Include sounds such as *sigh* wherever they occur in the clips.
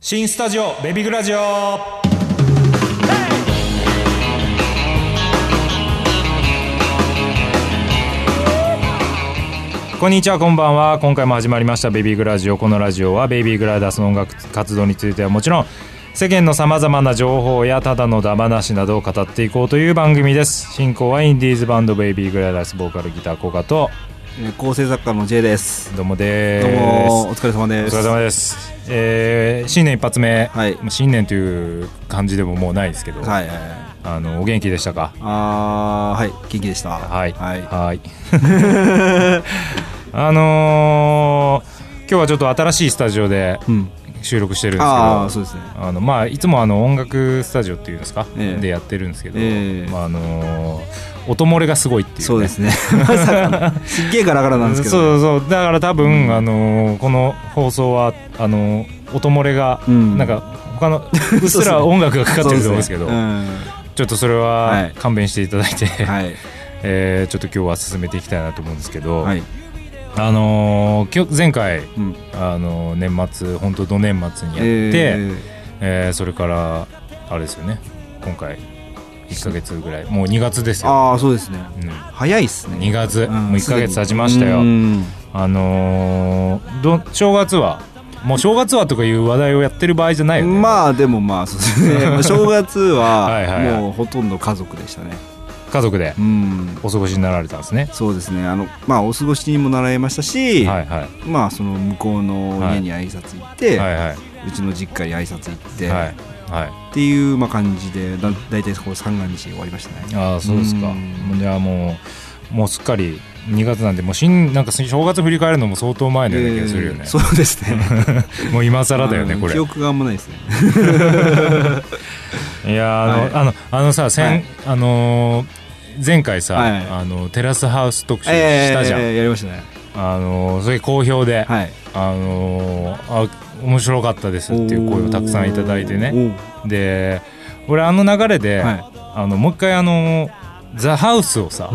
新スタジオベビグラジオこんにちはこんばんは今回も始まりました「ベビーグラジオ」このラジオはベイビーグライダースの音楽活動についてはもちろん世間のさまざまな情報やただのダマなしなどを語っていこうという番組です進行はインディーズバンドベイビーグライダースボーカルギター古賀とえー構成作家の J です。どうもどでうすもお疲れ様おです。疲れ様です、えー新年一発目、はいまあ新年という感じでももうないですけど、はいはいはい。あのお元気でしたかあーはい元気でした。はいはい。い *laughs* あのー今日はちょっと新しいスタジオでうん。収録してるんですけどあああそうですね。のまあ、いつもあの音楽スタジオっていうんですか、ええでやってるんですけど、ええまああのー音漏れがすごいっていう、ね、そうで *laughs* すね。まさかのすっげえガラガラなんですけど。そうそうそうだから多分、あのーこの放送はあのー音漏れが、うんなんか他のうっすら音楽がかかってると思うんですけどそうねちょっとそれははい勘弁していただいて、うんはいえーちょっと今日は進めていきたいなと思うんですけど、はい。あのー今日前回、うん。あのー年末本当ど年末にやって、ええーそれからあれですよね今回1か月ぐらいもう2月ですーよ、ああそうですね。う早いっすね。ん、2月、うんもう1か月経ちましたよ、うんあのーど正月はもう正月はとかいう話題をやってる場合じゃないよね、まあでもまあそうです *laughs* ね。まあ正月はいはいはいはもうほとんど家族でしたね。家族でうん。お過ごしになられたんですねそうですね。あのまあお過ごしにも習いましたし、はいはいまあその向こうの家に挨拶行って、はいはいうちの実家に挨拶行って、はいはいっていうまあ感じでだ大体こう三が日終わりましたね。ああそうですかうんじゃあもうもうすっかり2月なんでもう新なんか正月振り返るのも相当前のような気がするよね、えーそうですね。 *laughs* もう今更だよねうんこれ記憶があんまない *laughs* ですね。いやーあの,、はいあのあのさ、先はいあのー前回さ、はいあのテラスハウス特集しえたじゃん、えーやりましたね。あのーそれ好評で、はい。あのーあ面白かったですっていう声をたくさんいただいてねおで俺あの流れで、ー。はい。あのもう一回あのザ・ハウスを *laughs* さ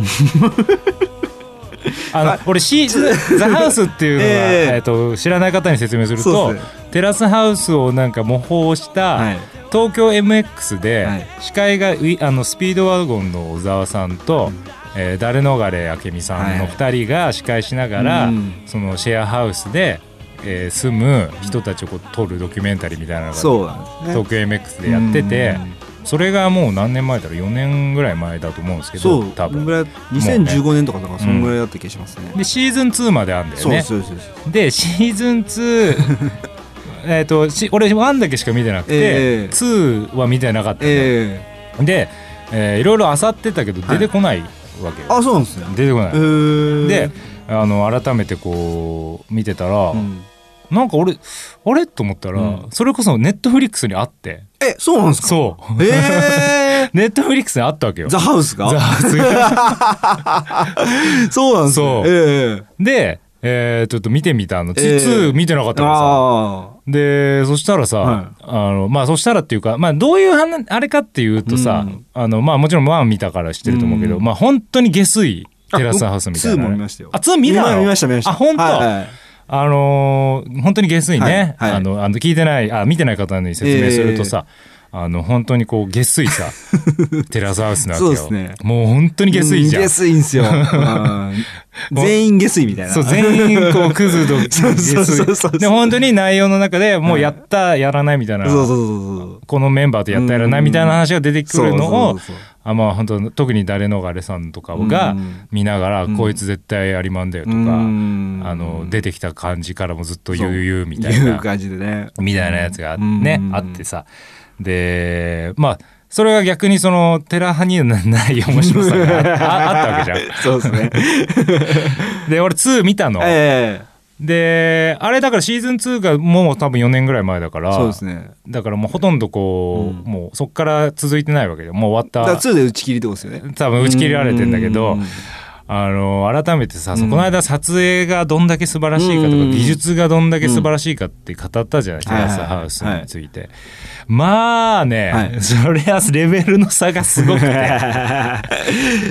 あの俺シーザ・ハウスっていうのは、えええっと知らない方に説明するそと、うですねテラスハウスをなんか模倣した、はい。東京 MX で、はい司会がウィあのスピードワゴンの小沢さんと、えー、誰逃れ明美さんのはい2人が司会しながら、うんそのシェアハウスで、えー住む人たちをこう撮るドキュメンタリーみたいなのが、そうなんですね。東京 MX でやっててうんそれがもう何年前だろう4年ぐらい前だと思うんですけそどう。多分ぐらい2015年とかだからそんぐらいだった気がしますね。でシーズン2まであるんだよそうねそうそうそう。でシーズン2 *laughs* えーとし俺1だけしか見てなくて、ええ2は見てなかったんだよえで、えーいろいろ漁ってたけどは出いてこないわけよ、えあそうなんですね。出てこえない、ーで、あの改めてこう見てたら、うんなんか俺あれと思ったら、うそれこそネットフリックスにあってえそうなんですか。そう *laughs* えネットフリックスにあったわけえ *laughs* よザハウスが。ザハウスがそうなんですねそうええで、えーちょっと見てみたの、ツええー2見てなかったからさあでそしたらさ、はいあのまあそしたらっていうか、まあ、どういう話あれかっていうとさ、うんあのまあもちろん1見たから知ってると思うけど、うんまあ本当に下水あテラスハウスみたいな、僕ツーも見ましたよあ2見たの見ました見ましたあ本当、はいはいあのー本当に下水ね、はいはいあのあの聞いてないあ見てない方に説明するとさ、あの本当にこう下水 *laughs* さテラスハウスなわけよそうですねもう本当に下水じゃん、うん下水 *laughs* んすようん全員下水みたいなそう全員こうクズとそう *laughs* そうそうそう下水で本当に内容の中でもうやった、やらないみたいなそうそうそうこのメンバーとやったやらないみたいな話が出てくそうるのそをうそうそうあまあ本当特に誰のがれさんとかがうん見ながら、こいつ絶対ありまんだよとか、うんあの出てきた感じからもずっとそう悠々みたいなう感じでねみたいなやつがうんね、うんあってさでまあそれが逆にそのテラ派にはない面白さがああ *laughs* あったわけじゃそうですねん。で俺2見たの。えであれだからシーズン2がもう多分4年ぐらい前だかえらそうですねだからもうほとんどこう、うんもうそっから続いてないわけでもう終わだっからた2で打ち切りってことですよね多分打ち切られてんだけどうんあの改めてさ、そうんこの間撮影がどんだけ素晴らしいかとか、うん技術がどんだけ素晴らしいかって語ったじゃないテラスはいはいはいハウスについて、まあね、はいそれはレベルの差がすごくて逆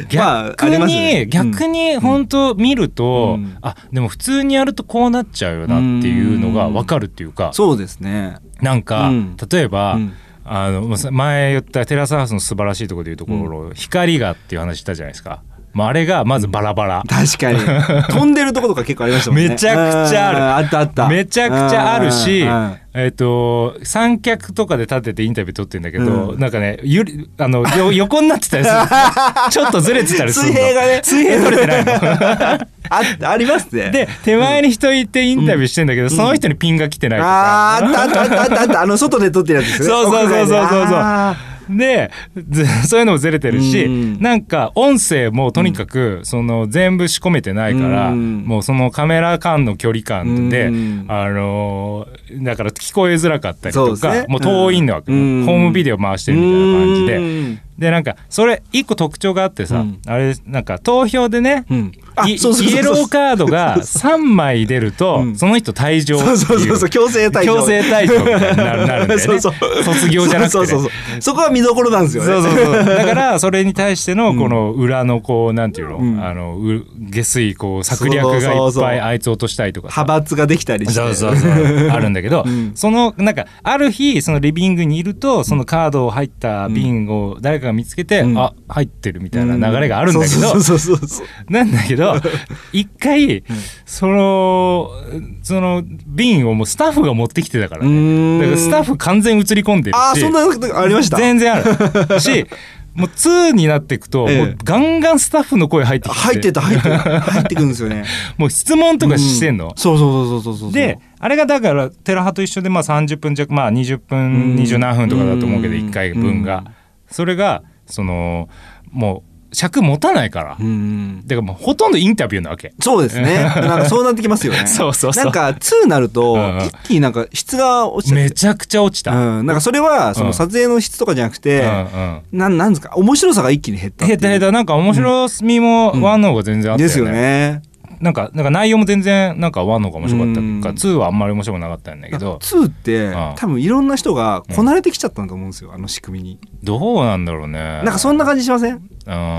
に、 *laughs* まあありますね逆に本当見ると、うんあでも普通にやるとこうなっちゃうよなっていうのが分かるっていうか、そうですね。なんか、うん例えば、うんあのまあさ前言ったテラスハウスの素晴らしいところでいうところ、光がっていう話したじゃないですか、まあ、あれがまずバラバ *laughs* ラ、確かに。 *laughs* 飛んでるとことか結構ありましたもんね。めちゃくちゃあるうんあったあった。めちゃくちゃあるしうんうん、えっ、と三脚とかで立っててインタビュー撮ってんだけど、うんなんかねゆりあのよ *laughs* 横になってたりするちょっとずれてたりするの水平がね水平取れてないのあ *laughs* ありますね。で手前に人いてインタビューしてんだけど、その人にピンが来てないとかあ、ーあったあったあったあったあの外で撮ってるやつですね。そうそうそうそうそうそう屋外であでず *laughs* そういうのもずれてるし、うんなんか音声もとにかくその全部仕込めてないから、うんもうそのカメラ間の距離感で、うんあのーだから聞こえづらかったりとそうか、ですねもう遠いのわけ、うんホームビデオ回してーるみたいな感じで。うんでなんかそれ一個特徴があってさ、うんあれなんか投票でね、うんいイエローカードが3枚出ると、うんその人退場っていそうそうそうそう強制退場強制退場みたいになるなるんだよね *laughs* そうそう卒業じゃなくて、そね、うそうそうそこは見どころなんですよねそうそうそう。だから、それに対しての、この裏の、こう、なんていうの、うんあの、う下水、こう、策略がそういそうっそうぱいあいつ落としたりとかさ。派閥ができたりしてそうそうそう。あるんだけど、 *laughs* うんその、なんか、ある日、そのリビングにいると、そのカードを入った瓶を誰かが見つけて、うんあ、入ってるみたいな流れがあるんだけど、そうそうそうそうそうなんだけど、一回、その、その瓶をもうスタッフが持ってきてたから、うね。ーんだからスタッフ完全映り込んでるし。あーそんなことありました全然あ *laughs* るしもう2になっていくと、ええもうガンガンスタッフの声入ってきて入ってた入ってた *laughs* 入ってくるんですよねもう質問とかしてんうの、そうそうそうそうそうそうであれがだからテラハと一緒でまあ30分弱まあ20分うん20何分とかだと思うけどうん1回分うがんそれがそのもう尺持たないからうーんだからもうほとんどインタビューなわけそうで *laughs* すね。なんかそうなってきますよね。そうそうそうなんか2になるとうんうん、一気になんか質が落ちちゃってめちゃくちゃ落ちた、うんうん、なんかそれはそうのん撮影の質とかじゃなくうて、んなんなんですか面白さが一気に減ったっていへうたへたなんか面白みもうんワンの方が全然あったでよすよね,、ね。なんかなんか内容も全然なんかワンの方が面白かったかうんツーはあんまり面白くなかったんだけど2って、うん多分いろんな人がこなれてきちゃったんだと思うんですよあの仕組みに。どうなんだろうね。なんかそんな感じしませんうん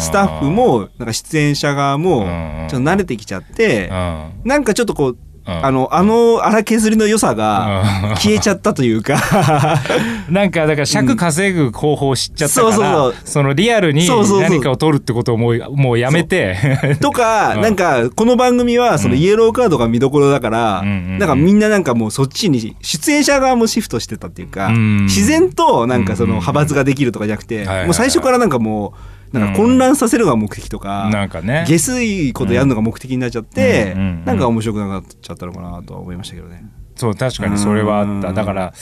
スタッフ、もなんか出演者側もうんちょっと慣れてきちゃってあなんかちょっとこうあのあの荒削りの良さが消えちゃったというか *laughs* *laughs* なんかだから尺稼ぐ方法を知っちゃったから、うんそうそうそうそのリアルにそうそうそう何かを取るってことをも *laughs* うもうやめてとかうんなんかこの番組はそのイエローカードが見どころだからうんうんうんなんかみんななんかもうそっちに出演者側もシフトしてたっていうかうん自然となんかそのうんうんうん派閥ができるとかじゃなくてはいはいはいもう最初からなんかもうなんか混乱させるのが目的とかなんかね。下水ことやるのが目的になっちゃって、うんうんうんうんなんか面白くなくなっちゃったのかなとは思いましたけどね。 *laughs* そう確かにそれはあった。うんだから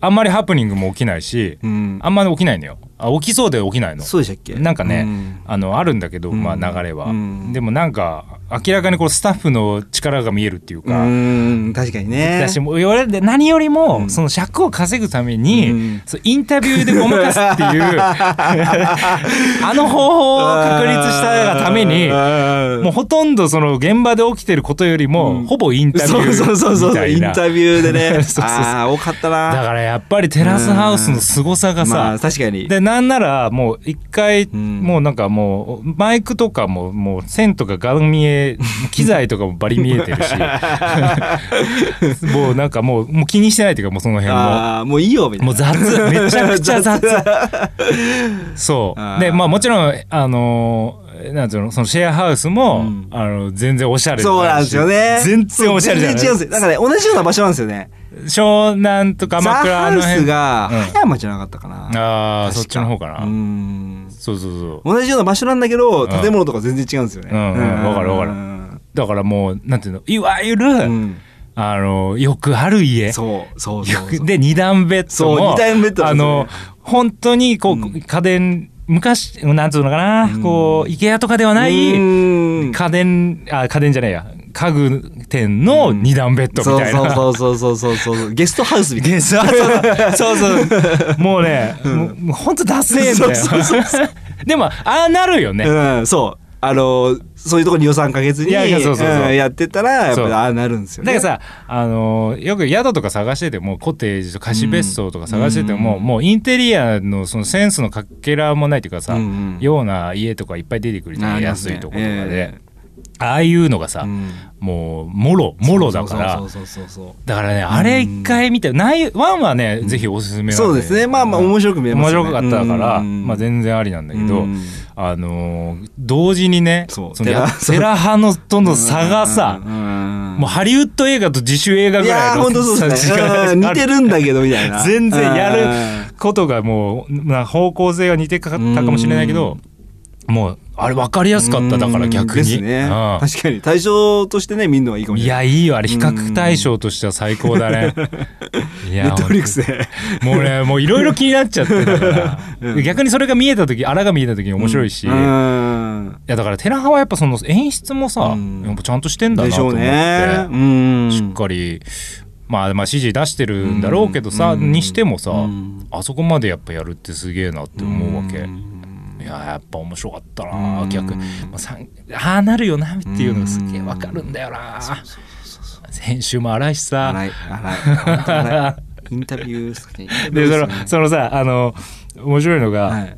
あんまりハプニングも起きないし、うん、あんまり起きないのよ。あ起きそうで起きないの。そうでしたっけなんかね、うんあのあるんだけど、うんまあ流れは、うんでもなんか明らかにこうスタッフの力が見えるっていううか、ん確かにね。だしもう俺で何よりも、うんその尺を稼ぐために、うんそうインタビューでごまかすっていう *laughs* あの方法を確立したがためにもうもほとんどその現場で起きてることよりも、うんほぼインタビューそうそうそうみそたういインな。タビューで *laughs* ねそうそうそうああ多かったなだからやっぱりテラスハウスの凄さがまあさ、確かにでなんならもう一回、んもうなんかもうマイクとかももう線とかが見え機材とかもバリ見えて *laughs* るしもうなんかもうもう気にしてないというかもうその辺も。ああもういいよみたいなもう雑めちゃくちゃ *laughs* 雑そうあーでまあもちろんあのーなんていうのそのシェアハウスも、うんあの全然おしゃれじゃそうないんしですよね全然おしゃれじゃないそう全然違うんですよだからね同じような場所なんですよね湘南とザ・鎌倉あハのウス辺がうん葉山じゃなかったかなああ確そっちの方かな、うんそうそうそう同じような場所なんだけどうん建物とか全然違うんですよね。うんうんわかるわかるうんだからもうなんていうのいわゆる、うんあのよくある家そうそうよそうくそう。で二段ベッドもそう二段ベッドあなんですよのね本当にこう、うん家電昔なんつうのかな、うんこう IKEA とかではない、うん家電あ家電じゃないや家具店のうん二段ベッドみたいな、そうそうそうそうそうそうゲストハウスみたいな。ゲスト *laughs* そうそう *laughs* もうね、もうもうほんとダセえんだよ *laughs* そうそうでもああなるよね、うんそう。あのそういうところに予算かけずにいやいやそうそうそうんやってたらやっぱそうりああなるんですよだねからさ、あのーよく宿とか探しててもコテージと貸し別荘とか探してても、うんもうインテリアのそのセンスのかけらもないというかさ、うんうんような家とかいっぱい出てくるじゃあんります安ねいとことかでえ、ああいうのがさ、うんもうもろもろだからそうそうそうそうそうだからねあれ一回見てないワンはね、ぜひおすすめなんそうですねまあまあ面白く見えますよね面白かったから、うんまあ、全然ありなんだけど、うんあのー同時にねそうのやテラテラ派のとの差がさ、うんうんうんもうハリウッド映画と自主映画いぐらやいーの本当そうですね時間があうん似てるんだけどみたいな全然やるることがもうな方向性が似てかったかもしれないけどもうあれ分かりやすかっただから逆でにすねうん確かに対象としてね見るのはいいかもしいれないやいいよあれ比較対象としては最高だねいネやットフリックスでもうねもういろいろ気になっちゃってだから、 *laughs* うん逆にそれが見えた時あらが見えた時に面白いし、ういんやだから寺派はやっぱその演出もさ、うんやっぱちゃんとしてんだなでしとょ思っうて、ねうんしっかり、まあ、まあ指示出してるんだろうけどさ、うんにしてもさ、うんあそこまでやっぱやるってすげえなって思うわけ、んいややっぱ面白かったな、うん逆に、まあ、さんああなるよなっていうのがすげえわかるんだよな、先週も荒いしさ荒い荒い本当荒いインタビューですかねインタビでそューですねのそのさあの面白いのが、はい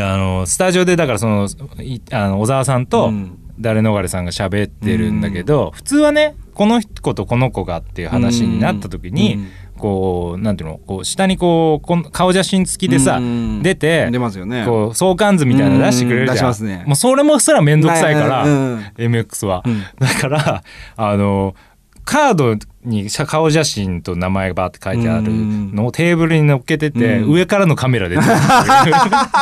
あのスタジオでだからそのいあの小沢さんとうん誰逃れさんが喋ってるんだけど、普通はねこの子とこの子がっていう話になった時に、うんこうなんていうのこう下にこうこん顔写真付きでさ、うん出て出ますよねこう相関図みたいなの出してくれるじゃんうん出しますねもうそれもすら面倒くさいから、はいはいはい MX は、うんだからあのカードに写顔写真と名前がバーって書いてあるのをテーブルに乗っけてて、うん上からのカメラで撮るっていう *laughs*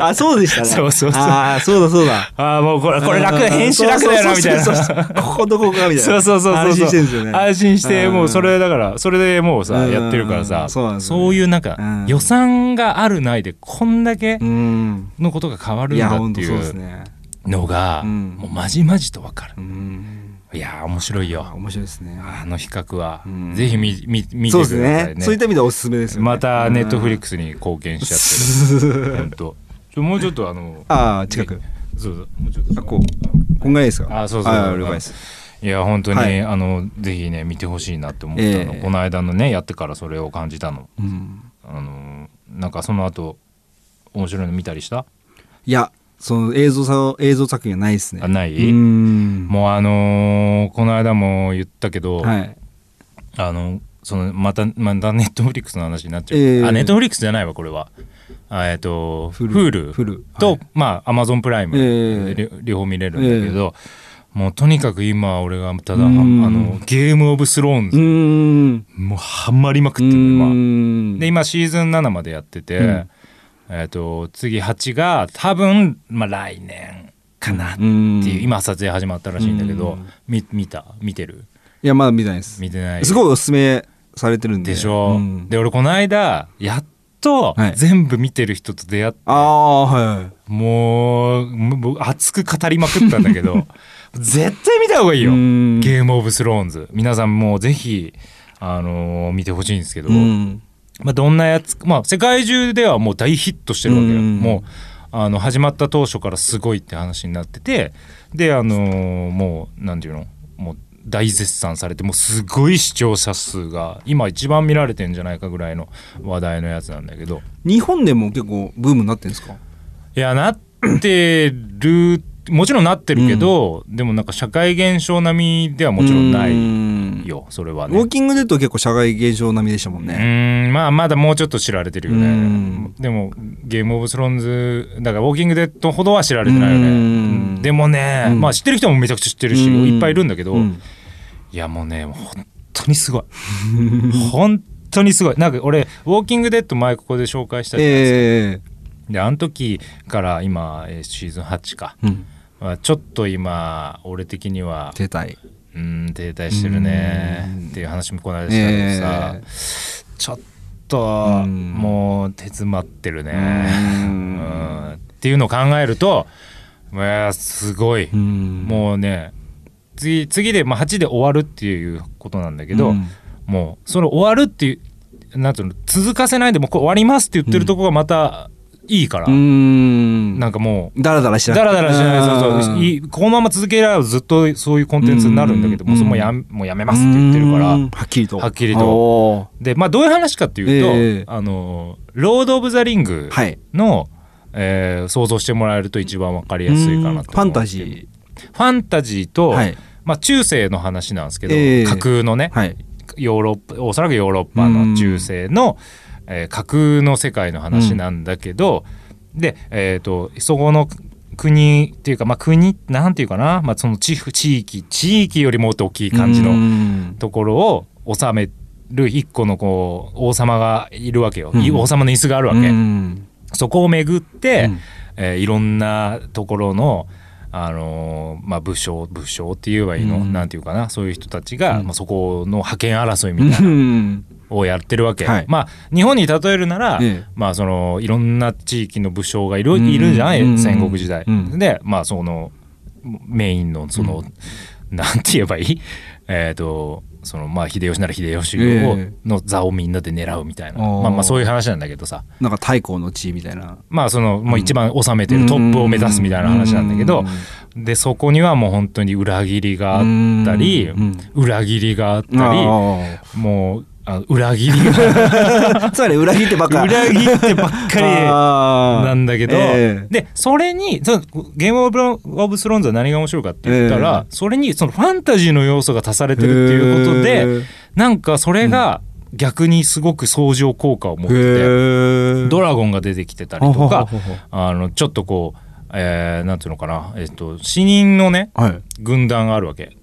あそうでしたねそうそうそうああそうだそうだああもうこれこれ楽うん編集楽だよなみたいなそうそうそうそうここどこかみたいなそうそうそうそう安心してるんですよね安心してもうそれんだからそれでもうさうんやってるからさそうなんですよねいうなんかうん予算があるないでこんだけうんのことが変わるんいやだっ本て当いそうですうねのがうんもうまじまじとわかるうんいやー面白いあよ面白いですねあの比較はうんぜひ見見見てそうくだですさいねそういった意味ではおすすめですよねまたネットフリッククスに貢献しちゃってるほんとちょもうちょっとあのああ近くそうそうもうちょっとあこうこんぐらいですかあそうそうあ了解ですいや本当に、はいあのぜひね見てほしいなって思ったの、ええこの間のねやってからそれを感じたのうんあのなんかその後面白いの見たりした、いやその映像さ映像作品はないですねあないうんもうあのーこの間も言ったけど、はいあのそのまたまたネットフリックスの話になっちゃう、ええあネットフリックスじゃないわこれはあえっ、とフ Hulu ル Hulu と、はいまあアマゾンプライム、ええりょ両方見れるんだけど、もうとにかく今俺がただあうんのゲームオブスローンズ、うんもうハマりまくうってる今。んで今シーズン7までやってて、うんえっと次8が多分、まあ、来年かなっていう、うん今撮影始まったらしいんだけど、うんみ見た見てるいやまだ見てないです見てないすごいおすすめされてるんででしょ、うんで俺この間やっとはい全部見てる人と出会って、ああはいもうもう熱く語りまくったんだけ *laughs* ど絶対見た方がいいよ、うんゲームオブスローンズ皆さんもうぜひ、あのー見てほしいんですけど、うんまあ、どんなやつ、まあ、世界中ではもう大ヒットしてるわけよ、うんもうあの始まった当初からすごいって話になっててであのーもう何て言うのもう大絶賛されてもうすごい視聴者数が今一番見られてんじゃないかぐらいの話題のやつなんだけど日本でも結構ブームになってるんですかいやなってるもちろんなってるけど、でもなんか社会現象並みではもちろんないいよそれウはねォー。キングデッド結構社会現象並みでしたもんうねーんまあまだもうちょっと知られてるようねんでもゲームオブスローンズだからウォーキングデッドほどは知られてないようねんでもね、うんまあ知ってる人もめちゃくちゃ知ってるし、うんいっぱいいるんだけど、うんいやもうね本当にすごい本当にすごいなんか俺ウォーキングデッド前ここで紹介したじゃないですか、えであの時から今えーシーズン8か、えうんまあちょっと今俺的には停滞うーん停滞してるねうんっていう話もこの間したけどさ、ええちょっとうんもう手詰まってるね、ううんんっていうのを考えるとうわーすごい、ももうね次次で、まあ、8で終わるっていうことなんだけど、うんもうその終わるっていうなんていうの続かせないでもうこれ終わりますって言ってるとこがまた、いいからうーんなんかもうだらだらしなだらだらしないそうそういいこのまま続ければずっとそういうコンテンツになるんだけどうんもうそれもやんもうやめますって言ってるからはっきりとはっきりとおでまあどういう話かっていうと、ええあのロード・オブ・ザ・リングーはいの、えー想像してもらえると一番わかりやすいかなとうんファンタジーーファンタジーと、はいまあ、中世の話なんですけど、ええ架空のね、はいヨーロッパおそらくヨーロッパの中世の、えー架空の世界の話なんだけど、で、えー、とそこの国っていうか、まあ、国なんていうかな、まあ、その地地域地域よりもっと大きい感じののところを治める一個のこう王様がいるわけよ、うんい王様の椅子があるわけ、うんそこを巡って、うんえーいろんなところの、あのーまあ、武将武将って言えばいいの、うんなんていうかなそういう人たちが、うんまあ、そこの覇権争いみたいなのをやってるわけ、はいまあ日本に例えるなら、ええまあ、そのいろんな地域の武将がいるうんいるじゃない、うん戦国時代、うんで、まあ、そのメインのその、なんて言えばいい *laughs* えっ、とそのまあ秀吉なら秀吉を、えの座をみんなで狙うみたいなあーまあまあそういう話なんだけどさなんか太閤の地みたいなまあそのもう一番収めてるトップを目指すみたいな話なんだけど、でそこにはもう本当に裏切りがあったり、うんうん裏切りがあったり、あもうあ裏切りがあつまり裏切ってばっか裏切ってばっか *laughs* り。りなんだけど、えでそれにそのゲームオブロオブスローンズは何が面白いかって言ったら、それにそのファンタジーの要素が足されてるっていうことで、へーなんかそれが逆にすごく相乗効果を持ってて、えドラゴンが出てきてたりとほほかほほあのちょっとこう、えーなんていうのかな、えっと死人のねはい軍団があるわけ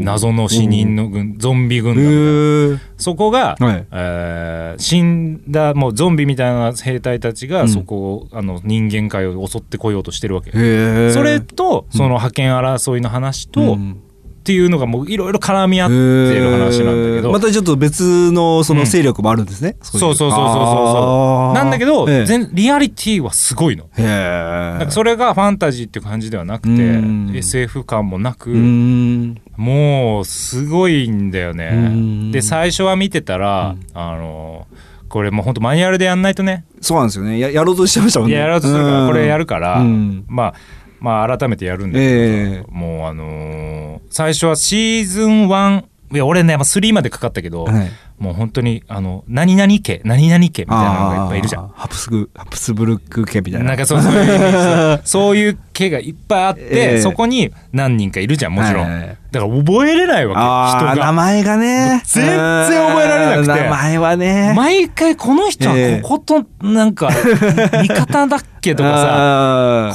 謎の死死人人の軍ゾンビ軍団みたいなへえそこが、はいえー死んだもうゾンビみたいな兵隊たちうがんそこを、あの人間界を襲ってこようとしてるわけ。へえそれとその覇権争いの話と、うっんていうのがもういろいろ絡み合ってる話なんだけへーど、またちょっと別のその勢力もあるんですね、そうそうそうそうそうそうなんだけど、全全リアリティはすごいの。へえなんかそれがファンタジーっていう感じではなくて、うん SF 感もなく、うーんもうすごいんだようねん。で最初は見てたら、あのこれもうほんとマニュアルでやんないとねそうなんですよねややろうとしてましたもんいねややろうとするからこれやるから、うんまあまあ改めてやるんだけええど、もうあのー最初はシーズン1いや俺ね、まあ、3までかかったけど、はいもう本当にあの何々家何々家みたいなのがいっぱいいるじゃあん。ーハプスグハプスブルク家みたいななんかそうそういうイメー *laughs* ジそういう家がいっぱいあって、ええそこに何人かいるじゃんもちろん、はいはいはいだから覚えれないわけあー人が名前がね全然覚えられなくてうん名前はね毎回この人はこことなんか味方だっけとか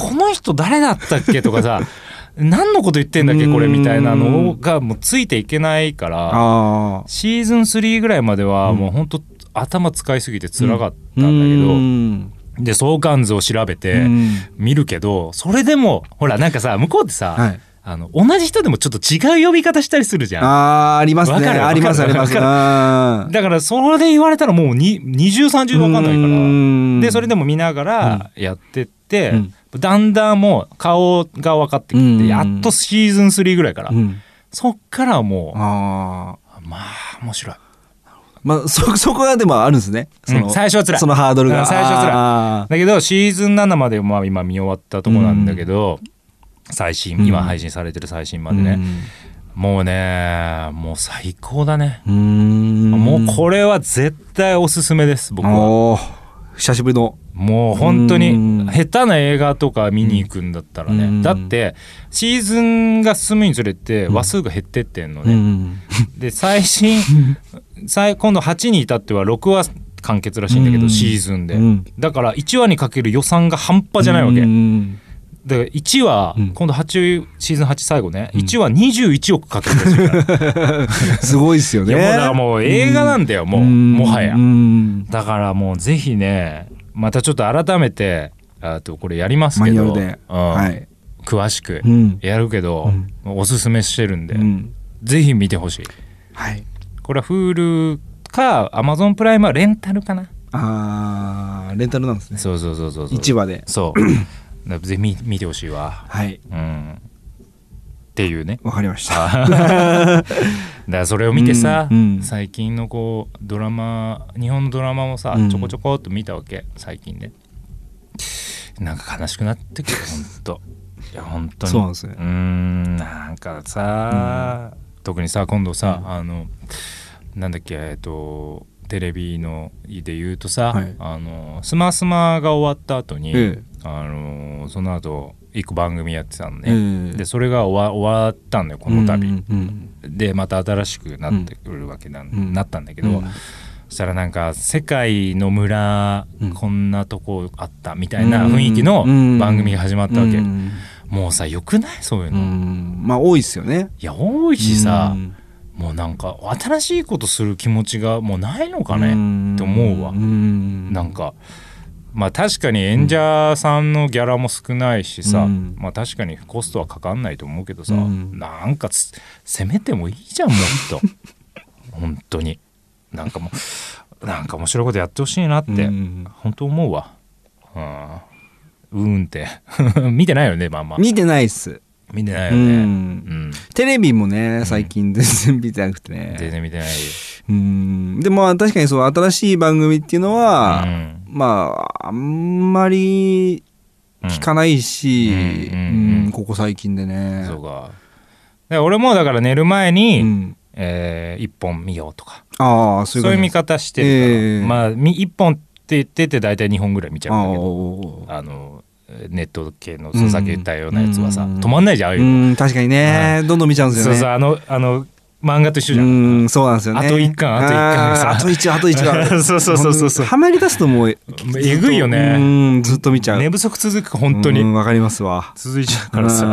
さ、*laughs* さこの人誰だったっけとかさ *laughs* 何のこと言ってんだっけこれみたいなのがもうついていけないからあーシーズン3ぐらいまではもう本当頭使いすぎて辛かったんだんけどで相関図を調べてうん見るけどそれでもほらなんかさ向こうってはさいあの同じ人でもちょっと違う呼び方したりするじゃん。あーありますわねかるありますあわかりるますわかだからそれで言われたらもうに2030分かんないから。でそれでもも見ながらやってって、うんだんだんもう顔が分かってきて、うんやっとシーズン3ぐらいから、うんそっからはもああうまあ面白いまあそ *laughs* そこがでもあるんですねそのうん最初は辛いそのハードルうがん最初は辛い辛だけどシーズン7までまあ今見終わったとこなんだけど、最新今配信されてる最新までね、もうねもう最高だね、うんもうこれは絶対おすすめです僕はおー久しぶりのもう本当うにん下手な映画とか見に行くんだったらね、うんだってシーズンが進むにつれて話数が減ってってんのね、うんで最 *laughs* 新最今度8に至っては6話完結らしいんだけど、うんシーズンで、うんだから1話にかける予算が半端じゃないわけ、うんだから1話、うん今度8シーズン8最後ね1話21億かけるらしいから、 *laughs* すごいですよいねやもうだからもう映画なんだよ、もうもはや、うんだからもうぜひねまたちょっと改めてあとこれやりますマけニどュアルでうんはい詳しくうんやるけど、おすすめしてるんで、うんぜひ見てほしいはいこれは Hulu か Amazon プライムはレンタルかなあーレンタルなんですねそうそうそうそうそう市場でそうだから *clears throat* ぜひ見見てほしいわはいうんっていうねわかりましただからそれを見てさ、うんうん最近のこうドラマ日本のドラマもさ、うんちょこちょこっと見たわけ最近ねなんか悲しくなってくる本当いや本当にそうなんですねうーんなんかさ、特にさ今度さ、あのなんだっけえっとテレビので言うとさ、はいあのスマスマが終わった後に、ええあのその後一個番組やってたのね、ええでそれが終わ終わったんだよこの度、うんうんでまた新しくなってくるわけなん、うんなったんだけうど、んそしたらなんか世界の村、うんこんなとこあったみたいな雰囲気の番組が始まったわけ、うんもうさよくないそういううの、いんまあ多いですよねや多いしさ、うんもうなんか新しいことする気持ちがもうないのかね、って思うわんなんかまあ確かに演者さんのギャラも少ないしさ、うんまあ確かにコストはかかんないと思うけどさ、うんなんかつせめてもいいじゃんもっ *laughs* と本当になんかもうなんか面白いことやってほしいなって、うん本当思うわうんうーんって *laughs* 見てないよねまあまあ見てないっす、見てないうよねうん、んテレビもね最近全然見てなくて全ね然見てないようんでもまあ確かにそう新しい番組っていうのは、うんまああんまりうん聞かないし、うんうんうんここ最近でねそうかで俺もだから寝る前に、うんえー一本見ようとかああそそうういういう見見方方してるから、ええまあみ一本って言ってて大体2本ぐらい見ちゃうんだけどああのネット系のそうさっき言ったようなやつはさ、うん止まんないじゃんあああいううの、ん確かにねどんどん見ちゃうんですそようねそうあのあの漫画と一緒じゃん、うんそうなんですよねあと一巻あと一巻でさあーあと一あと一が *laughs* そうそうそうそうそうはまり出すともうえぐいよねうんずっと見ちゃう寝不足続く本当うんにわかりますわ続いちゃうからさ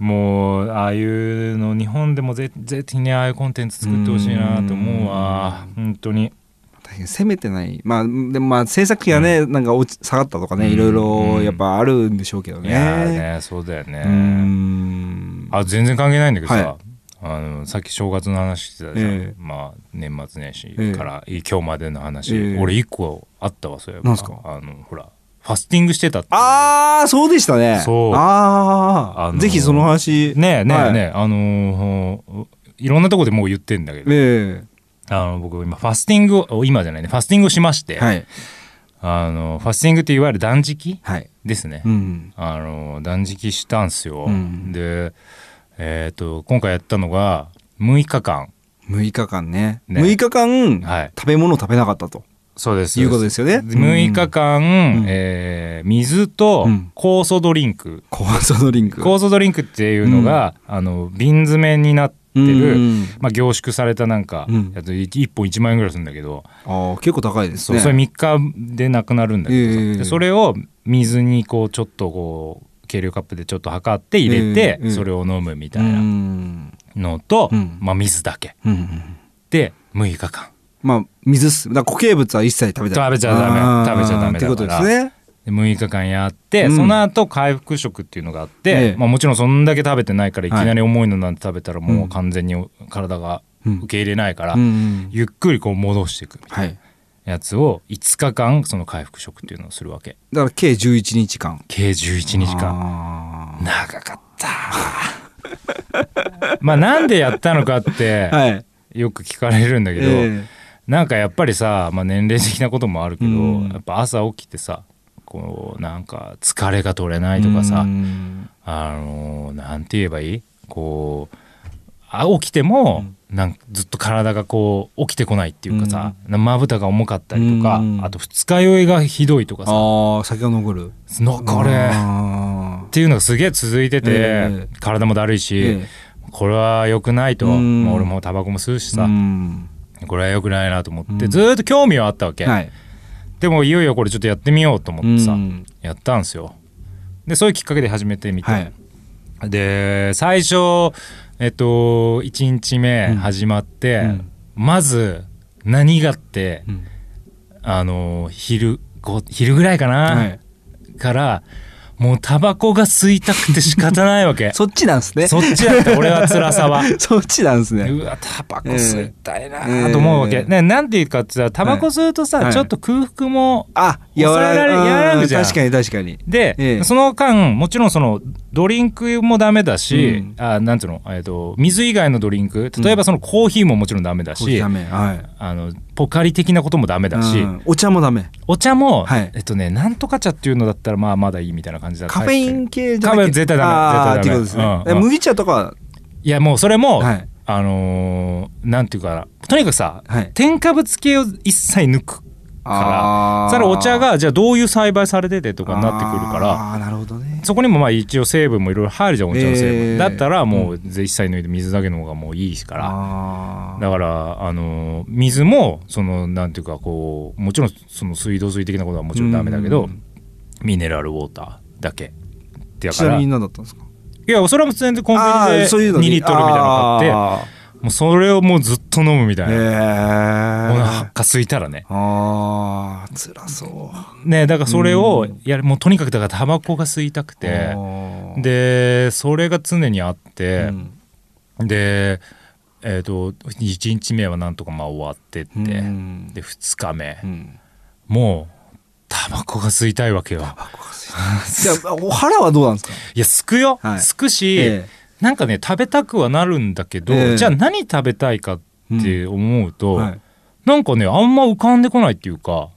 うんもうああいうの日本でもぜぜひねああいうコンテンツ作ってほしいなと思うわ本当に大変攻めてないまあでもまあ制作費がねなんか落ち下がったとかねいろいろやっぱあるんでしょうけどいやーねねそうだよねうんあ全然関係ないんだけどさ、はあのさっき正月の話してたじゃん、ええまあ年末年始ええから、今日までの話、ええ俺一個あったわそういえばなんすかあのほらファスティングしてたってああそうでしたねそうああ、あのーぜひその話ねえねはえいねえ、あのーいろんなとこでもう言ってんだけど、えあの僕今ファスティングを今じゃないねファスティングをしまして、えはいあのファスティングっていわゆる断食はいですね、うんあの断食したんすよ、うんでえっ、と今回やったのが6日間6日間ねね6日間、はい食べ物を食べなかったとそうですいうことですよね6日間、んえー水とうん酵素ドリンク、コーソドリンク酵素ドリンクっていうのが、あの瓶詰めになってる、うんまあ、凝縮されたなんか、うんやつ1本1万円ぐらいするんだけど、ああ結構高いですそうねそれ3日でなくなるんだけどさ、ええでそれを水にこうちょっとこう計量カップでちょっと測って入れて、ええそれを飲むみたういなんのと、うんまあ、水だけうんうんで6日間まあ水っすだから固形物は一切食べた食べちゃダメあー食べちゃダメだからってことですねで6日間やって、うんその後回復食っていうのがあって、ええまあ、もちろんそんだけ食べてないからいきはいなり重いのなんて食べたらもううん完全に体がうん受け入れないから、うんうんゆっくりこう戻していくみたいはいなやつを5日間その回復食っていうのをするわけだから計11日間計11日間間長かった *laughs* まあなんでやったのかってはいよく聞かれるんだけど、えなんかやっぱりさ、まあ、年齢的なこともあるけど、うんやっぱ朝起きてさこうなんか疲れが取れなえいとかさ、うんあのーなんて言えばいいこうあ起きても、なんかずっと体がこう起きてこないっていうかさまぶたが重かったりとか、うんあと二日酔いがひどいとかさああ酒が残る「のこれ!」っあーていうのがすげえ続いてて、え体もだるいし、ええこれは良くないと、うんまあ俺もタバコも吸うしさ、うんこれは良くないなと思って、うんずーっと興味はあったわけ、はいでもいよいよこれちょっとやってみようと思ってさ、うんやったんですよでそういうきっかけで始めてみて、はいで最初えっと1日目うん始まって、うんまず何がって、うんあの昼ご昼ぐらいかな、はいからもうタバコが吸いたくて仕方ないわけそ *laughs* そっちなんですねっちだった俺は辛さ *laughs* はそっちなんですねうわタバコ吸いたいなと思うわけ、ええねなんていうかってさタバコ吸うとさ、はいちょっと空腹もあやわら抑えられうん和らぐじゃん確かに確かにで、ええその間もちろんそのドリンクもダメだし、うんあなんていうの、えっと水以外のドリンク例えばそのコーヒーももちろんダメだコーヒし、ーダメはいあのポカリ的なこともダメだし、うんお茶もダメお茶も、はいえっとねなんとか茶っていうのだったらまあまだいいみたいな感じだったカフェイン系じゃなカフェイくンて絶対ダメあー絶対ダメっていうことですね、うんうん麦茶とかはいやもうそれも、はいあのーなんていうかなとにかくさ、はい添加物系を一切抜くからあーさらお茶がじゃあどういう栽培されててとかになってくるからあーなるほどねそこにもまあ一応成分もいろいろ入るじゃんお茶の成分、えーだったらもう一切抜いて水だけの方がもういいから、あーだからあのー水もそのなんていうかこうもちろんその水道水的なことはもちろんダメだけど、うんミネラルウォーターだけだちかならみにい何だったんですかやそれは全然コンビあニでーそういう2のにリットルみたいなの買ってあもうそれをもうずっと飲むみたいーへな。お腹え空いたらね。あー辛そうねだからそれをうんやるもうとにかくだからタバコが吸いたくてでそれが常にあっでて、でえっ、と1日目はなんとかまあ終わってって、うんで2日目、うんもうタバコが吸いたいわけ *laughs* よ。あここがすいたじゃあお腹はどうなんですかいやすくよ、はいすくし、ええなんかね食べたくはなるんだけど、ええじゃあ何食べたいかって思うと、はいなんかねあんま浮かんでこないっていうか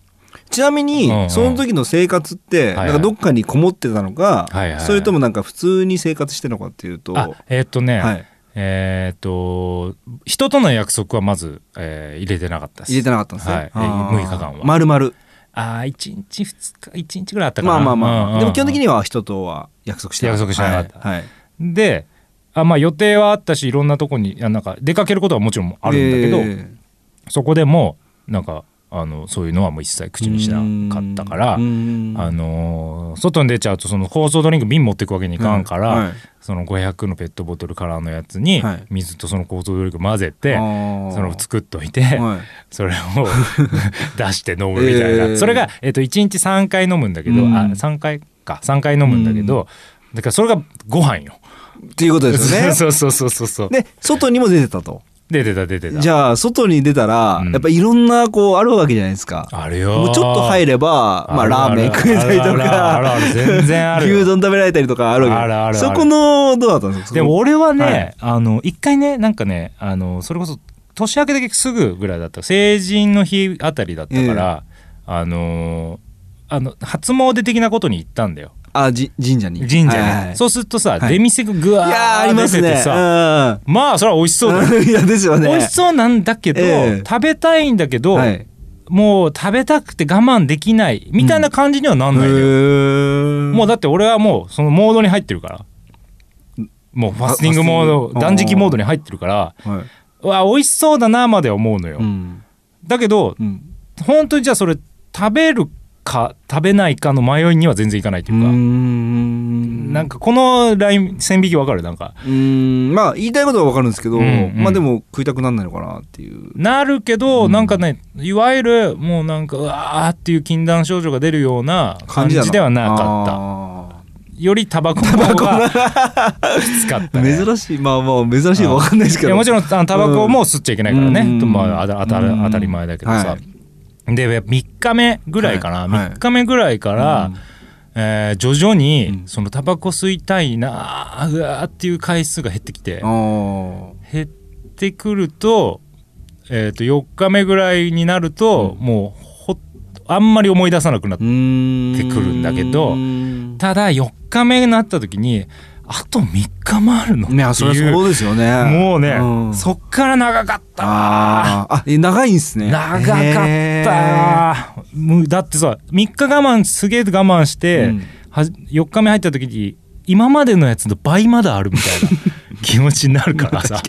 ちなみに、うんうんその時の生活って、いはいなんかどっかにこもってたのか、はいはいそれともなんか普通に生活してるのかっていうと、あえっ、とね、はい、えっ、と人との約束はまず、えー入れてなかったです入れてなかったんですね。はいあー6日間は丸々。ああ1日2日1日ぐらいあったかなまあまあまあ、うんうんでも基本的には人とは約束してなかった。約束してなかったはい。はいであまあ予定はあったしいろんなとこにあなんか出かけることはもちろんあるんだけど、えそこでもなんかあのそういうのはもう一切ー口にしなかったからうーんあのー外に出ちゃうとその酵素ドリンク瓶持ってくわけにいかんから、はいその500のペットボトルカラーのやつにはい水とその酵素ドリンク混ぜて、あーその作っといて、はいそ *laughs* れを出して飲むみたいな、えーそれが、えっと1日3回飲むんだけど、うんあ3回か3回飲むんだけど、だからそれがご飯よ。っていうことですよね。 *laughs* そうそうそうそうそう。で外にも出てたと。出てた出てた。じゃあ外に出たら、うんやっぱいろんなこうあるわけじゃないですか。あれよー。もうちょっと入れば、まあ、ラーメン食えたりとあるあるあるあるあるあるか、全然あるよ。牛丼食べられたりとかあるわけあるあるあるそこの、どうだったんですかでも、俺はね、はいあの一回ねなんかねあのそれこそ年明けだけすぐぐらいだった成人の日あたりだったから、あのあの初詣的なことに行ったんだよあ、じ、神社に。神社に、はいはいそうするとさ、はい出店がぐわいやー、あーりっま出すててね。さまあそれは美味しそうだよ、 *laughs* うん。いや、ですよね。美味しそうなんだけど、ええ食べたいんだけど、はい。もう食べたくて我慢できないみたいな感じにはなんないのよ、ももうだって俺はもうそのモードに入ってるからもうファスティングモーファスティンドグ断食モードに入ってるからう、はい。うわ美味しそうだなまでは思うのよ、うん。だけどうん。本当にじゃあそれ食べるか食べないかの迷いには全然いかないとうーいうか、んなんかこのライン線引きわかるなんかうーんまあ言いたいことはわかるんですけど、うんうんまあでも食いたくなんないのかなっていうなるけど、うんなんかねいわゆるもうなんかうわーっていう禁断症状が出るような感感じじだではなかっったよりタバコの方がきつかった、ね、 *laughs* 珍しいまあまあ珍しいかわかんないですけいどやもちろんあのタバコも吸っちゃいけないからね、うんとまあ、あたあたうん当たり前だけどさ、はで3日目ぐらいかな、はいはい3日目ぐらいから、うんえー徐々にうんそのタバコ吸いたいなあうわーっていう回数が減ってきてあ減ってくると,、えー、と4日目ぐらいになると、もうほっあんまり思い出さなくなっあて、てくるんだけどねただ4日目になった時にあと3日もあるのっていうそれはそうですよねもうね、んそっから長かったわあーあえ長いんですね長かったよもうだってさ3日我慢すげえ我慢して、うんは4日目入った時に今までのやつの倍まだあるみたいな *laughs* 気持ちになるからさ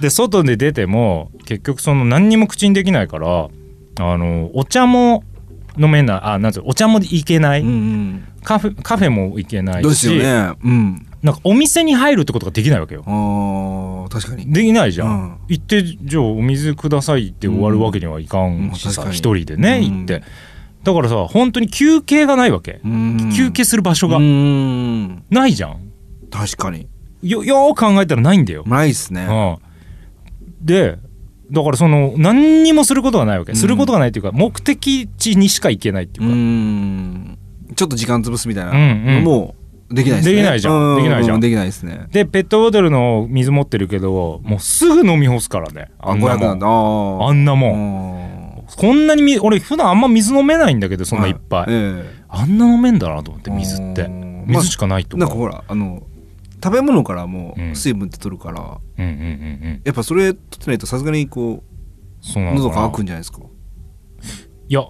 で外で出ても結局その何にも口にできないからあのお茶も飲めないあなんていうのお茶も行けない、へーうんカフェカフェも行けなうんいどうしし、ようねうんなんかお店に入るってことができないわけよあー確かにできないじゃん、うん行ってじゃあお水くださいって終わるわけにはいかんしさうんまあ確かに一、人でねうん行ってだからさ本当に休憩がないわけ、うん休憩する場所がうんないじゃん確かによよーく考えたらないんだよ、ないですねうん、でだからその何にもすることがないわけ、うんすることがないっていうか目的地にしか行けないっていううか、んちょっと時間潰すみたいなうんうんもうできないですねできないじゃんうできないじゃんできないですねでペットボトルの水持ってるけどもうすぐ飲み干すからねああんな500もなんんだあーあんなもん、うんこんなにみ俺普段あんま水飲めないんだけどそんないっぱい、はえあんな飲めんだなと思ってえ水ってうん水しかないとまか,、あなんかほらあの食べ物からもうん水分って取るから、うんうんうんうんやっぱそれ取ってないとさすがにこそううなの喉かな乾くんじゃないですかいや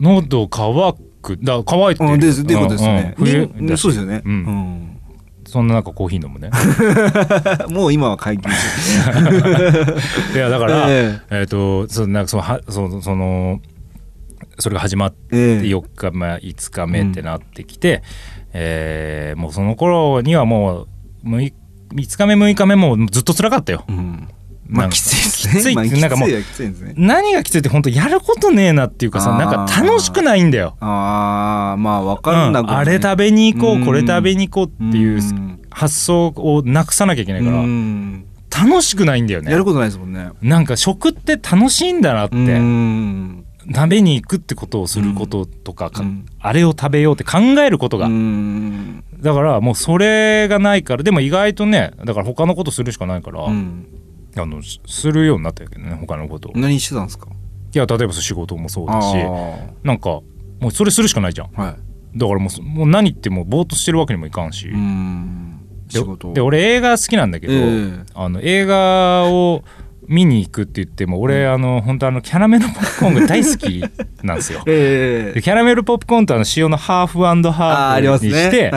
喉乾くだ乾いてるうんですっていうことですよね、うんうんね冬だしそうですよね、うんそんな中コーヒー飲むね *laughs* うん *laughs* もう今は解禁いやだから、えっ *laughs* えとそのなんかそのはそのそのそれが始まってえええ4日目5日目ってなってきて、えーもうその頃にはもう6 5日目6日目もずっと辛かったようんなまあんかきついですねきついまあなんかもうきついはきついんですね何がきついって本当やることねえなっていうかさあーなんか楽しくないんだよ、ああまあ分うかんん、なくもなあいれ食べに行こううんこれ食べに行こうっていううん発想をなくさなきゃいけないから、うん楽しくないんだよねやることないですもんねなんか食って楽しいんだなって、うん食べに行くってことをすることとか、かうんあれを食べようって考えることが、うんだからもうそれがないからでも意外とねだから他のことするしかないから、うんあのすするようになったけどね他のことをい何してたんですかや例えば仕事もそうだしあなんかもうそれするしかないじゃんあはいだからもうそもう何言ってもぼーっとしてるわけにもいかんし、うんで仕事で俺映画好きなんだけど、ええ。あの映画を見に行くって言っても俺、あの本当あのキャラメルポップコーンが大好きなんですよ *laughs* えでキャラメルポップコーンとあの塩のハーフハあーありーまフすにねして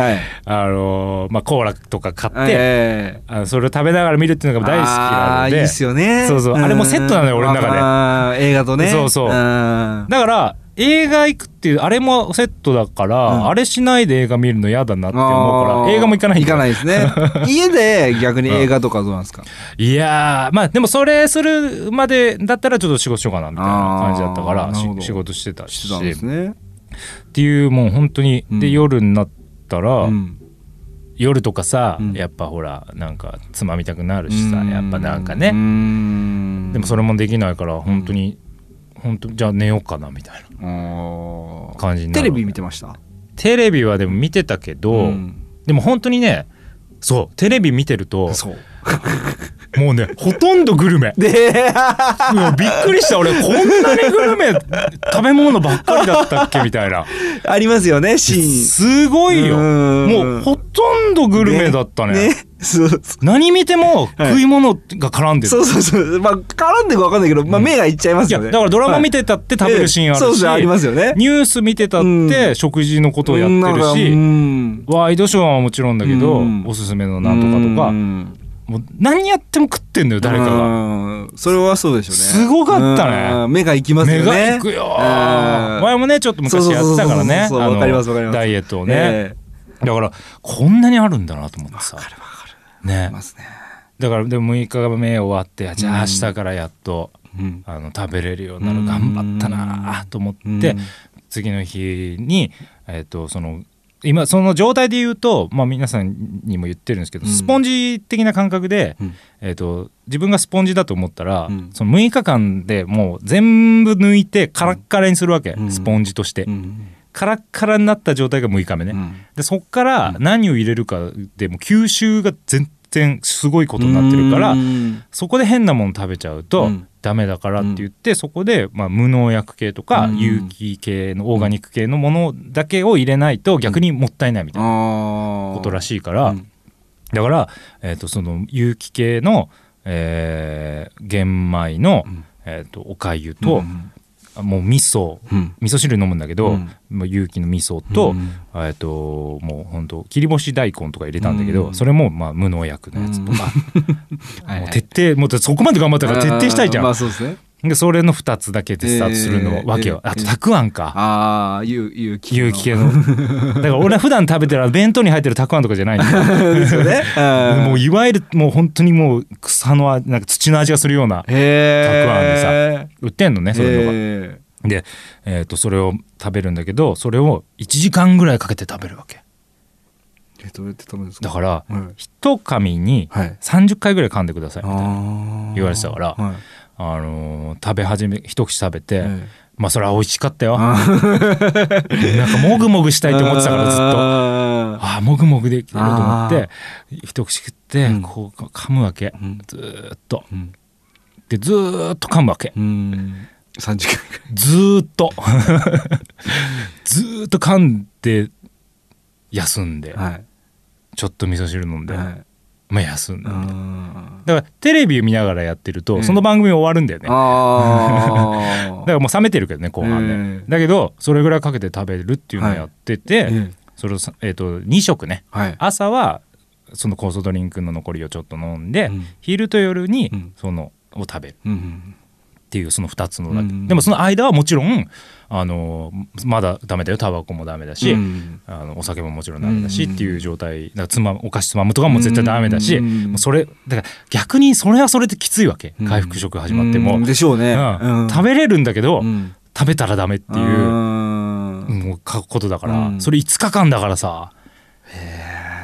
あ、はいのまあ、コーラとか買って、ええあのそれを食べながら見るっていうのが大好きなあのーでいいっすよねそうそうんあれもセットなのよ俺の中であー映画とねそうそうんだから映画行くっていうあれもセットだから、うんあれしないで映画見るの嫌だなって思うかあらー映画も行かないん行だよか *laughs* ないですね家で逆に映画とかどうなんですかいやーまあでもそれするまでだったらちょっと仕事しようかなみたいな感じだったかあーらなるほどし仕事してたししてたんですねっていうもう本当に、うんで夜になったら、うん夜とかさ、うんやっぱほらなんかつまみたくなるしさ、うんやっぱなんかね、うんでもそれもできないから本当に、本当じゃあ寝ようかなみたいあなー感じになテるレビ見てましたテレビはでも見てたけど、んでも本当にねそうテレビ見てるとそうもうねほとんどグル *laughs* メでうわびっくりした俺こんなにグルメ食べ物ばっかりだったっけみたいなありますよねシーンすごいようんもうほとんどグルメだったねねそうそ何見てもはい食い物が絡んでうる、そうそうそうまあ絡んでるか分かんないけどまあうん目がいっちゃいまいすやよねだからドラマ見ててたって食べるシーンあるし、そうそうありますよねニュース見てたって食事のことをやってるし、うんワイドショーはもちろんだけど、うんおすすめのなんとかとか、うんもう何やっても食ってんだよ誰かが。がそれはそうでしょうねすごかったねうん目が行きますよ目ねが行くようん前もねちょっと昔やってたからねそうそうそうそうそうあのわかりますわかりますダイエットをね、えだからこんなにあるんだなと思ってさえわかるねますねだからでも6日目終わってじゃあうん明日からやっと、うんあの食べれるようになる頑張ったなあと思って、うん次の日にえっ、とその今その状態で言うと、まあ、皆さんにも言ってるんですけど、うんスポンジ的な感覚で、うんえっと自分がスポンジだと思ったら、うんその6日間でもう全部抜いてカラッカラにするわけ、うんスポンジとして、うんカラッカラになった状態が6日目ね、うんでそっから何を入れるかでもう吸収が全然すごいことになってるから、うんそこで変なもの食べちゃううとんダメだからって言って、そこでまあ無農薬系とかうん有機系のオーガニック系のものだけを入れないと逆にもったいないみたいなあことらしいしいから、うんだから、えー、とその有機系の、えー玄米の、うんえー、とおかゆと、もう味噌うん味噌汁飲むんだけど、うんもう有機の味噌と、うんえっともう本当切り干し大根とか入れたんだけど、うんそれもまあ無農薬のやつとか、はいはいもう徹底もうだってそこまで頑張ったから徹底したいじゃん、あーまあそうですねでそれの2つだけでスタートするの、えーわけよ、えーあとたくあんか、ああ有有機有機系の *laughs* だから俺は普段食べてるあの弁当に入ってるたくあんとかじゃないんだ *laughs* よ *laughs* です *laughs* よねうんもういわゆるもう本当にもう草の味なんか土の味がするようなへえたんで売ってんのねそういうのが。で、えー、とそれを食べるんだけどそれを1時間ぐらいかけて食べるわけえどうやって食べるんですかだからはい一紙にはい30回ぐらい噛んでくださいみたいな言言われてたからはいあのー食べ始め一口食べて、ええまあそれは美味しかったよなんかもぐもぐしたいと思ってたからずっとあーああもぐもぐできると思って一口食ってうんこう噛むわけ、うんずーっとうんでずーっと噛むわけうん3時間くらいずーっと *laughs* ずーっと噛んで休んで、はいちょっと味噌汁飲んで、はいまあ休んで、あだからテレビ見ながらやってると、うんその番組終わるんだよねだか *laughs* あらもう冷めてるけどね後半ね、うんだけどそれぐらいかけて食べるっていうのをやってて、ええそれをさ、えー、と2食ねはい朝はその酵素ドリンクの残りをちょっと飲んで、うん昼と夜にうんそのを食べるうんっていうその2つのだけ、うんでもその間はもちろんあのまだダメだよタバコもダメだし、うんあのお酒ももちろんダメだしうんっていう状態だからつまお菓子つまむとかも絶対ダメだし、うんもうそれだから逆にそれはそれできついわけ、うん回復食始まっても、ううんんでしょうね食べれるんだけど、うん食べたらダメっていう、あーもうかことだから、うんそれ5日間だからさ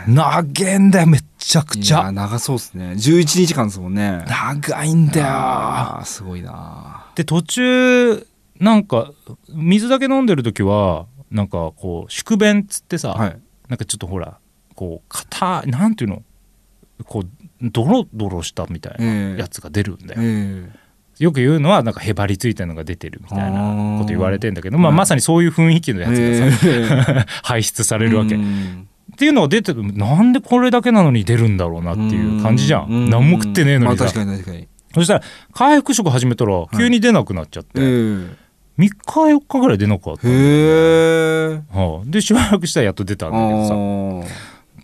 長えんだよめっちゃくちいやゃ長そうですね11時間ですもんね長いんだよあーすごいなで途中なんか水だけ飲んでる時はなんかこう宿便っつってさ、はいなんかちょっとほらこう硬いなんていうのこうドロドロしたみたいなええやつが出るんだよ、えよく言うのはなんかへばりついたのが出てるみたいなこと言われてんだけど、まあ、うんまさにそういう雰囲気のえやつがさ、ええ排出されるわけ、うっんていうのが出てるなんでこれだけなのに出るんだろうなっていう感じじゃん、うん何も食ってねえのにまさ、あ確かに確かにそしたら回復食始めたら急に出なくなっちゃって、え3日4日ぐらい出なかったえの、へえはいでしばらくしたらやっと出たんだけどさ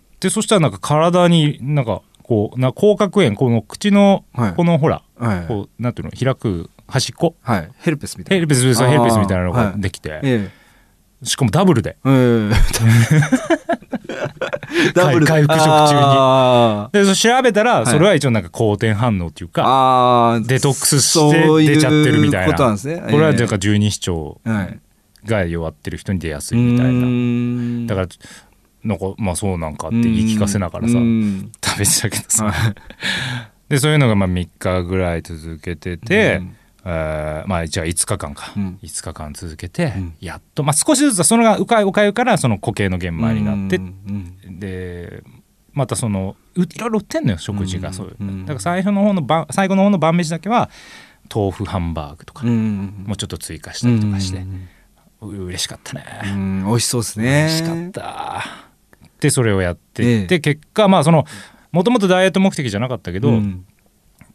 あでそしたらなんか体になんかこうな口角炎この口のーはいこのほら、はいこうなんていうの開く端っこはいヘルペスみたいヘルなペスあーヘルペスみたいなのがはいできて、えしかもダブルでえ *laughs* ええ回復食中にあーでそれ調べたらいそれは一応なんか好転反応っていうか、あーデトックスして出ちゃってるみたいなそううことなんですねこれはなんえか十二指腸えはいが弱ってる人に出やすいみたいなだからなんかまあそうなんかって言い聞かせながらさうん食べてたけどさはいでそういうのがまあ3日ぐらい続けてて、うんえーまあじゃあ5日間か、うん5日間続けて、うんやっと、まあ、少しずつそのがうかいおかゆからその固形の玄米になって、うんでまたそのういろいろ売ってんのよ食事うがんそういう、うんだから最初の方の晩最後の方の晩飯だけは豆腐ハンバーグとか、うんもうちょっと追加したりとかしてう、んう嬉しかったね、うん美味しそうですね嬉しかった。でそれをやっていって、ええ結果まあそのもともとダイエット目的じゃなかったけど、うん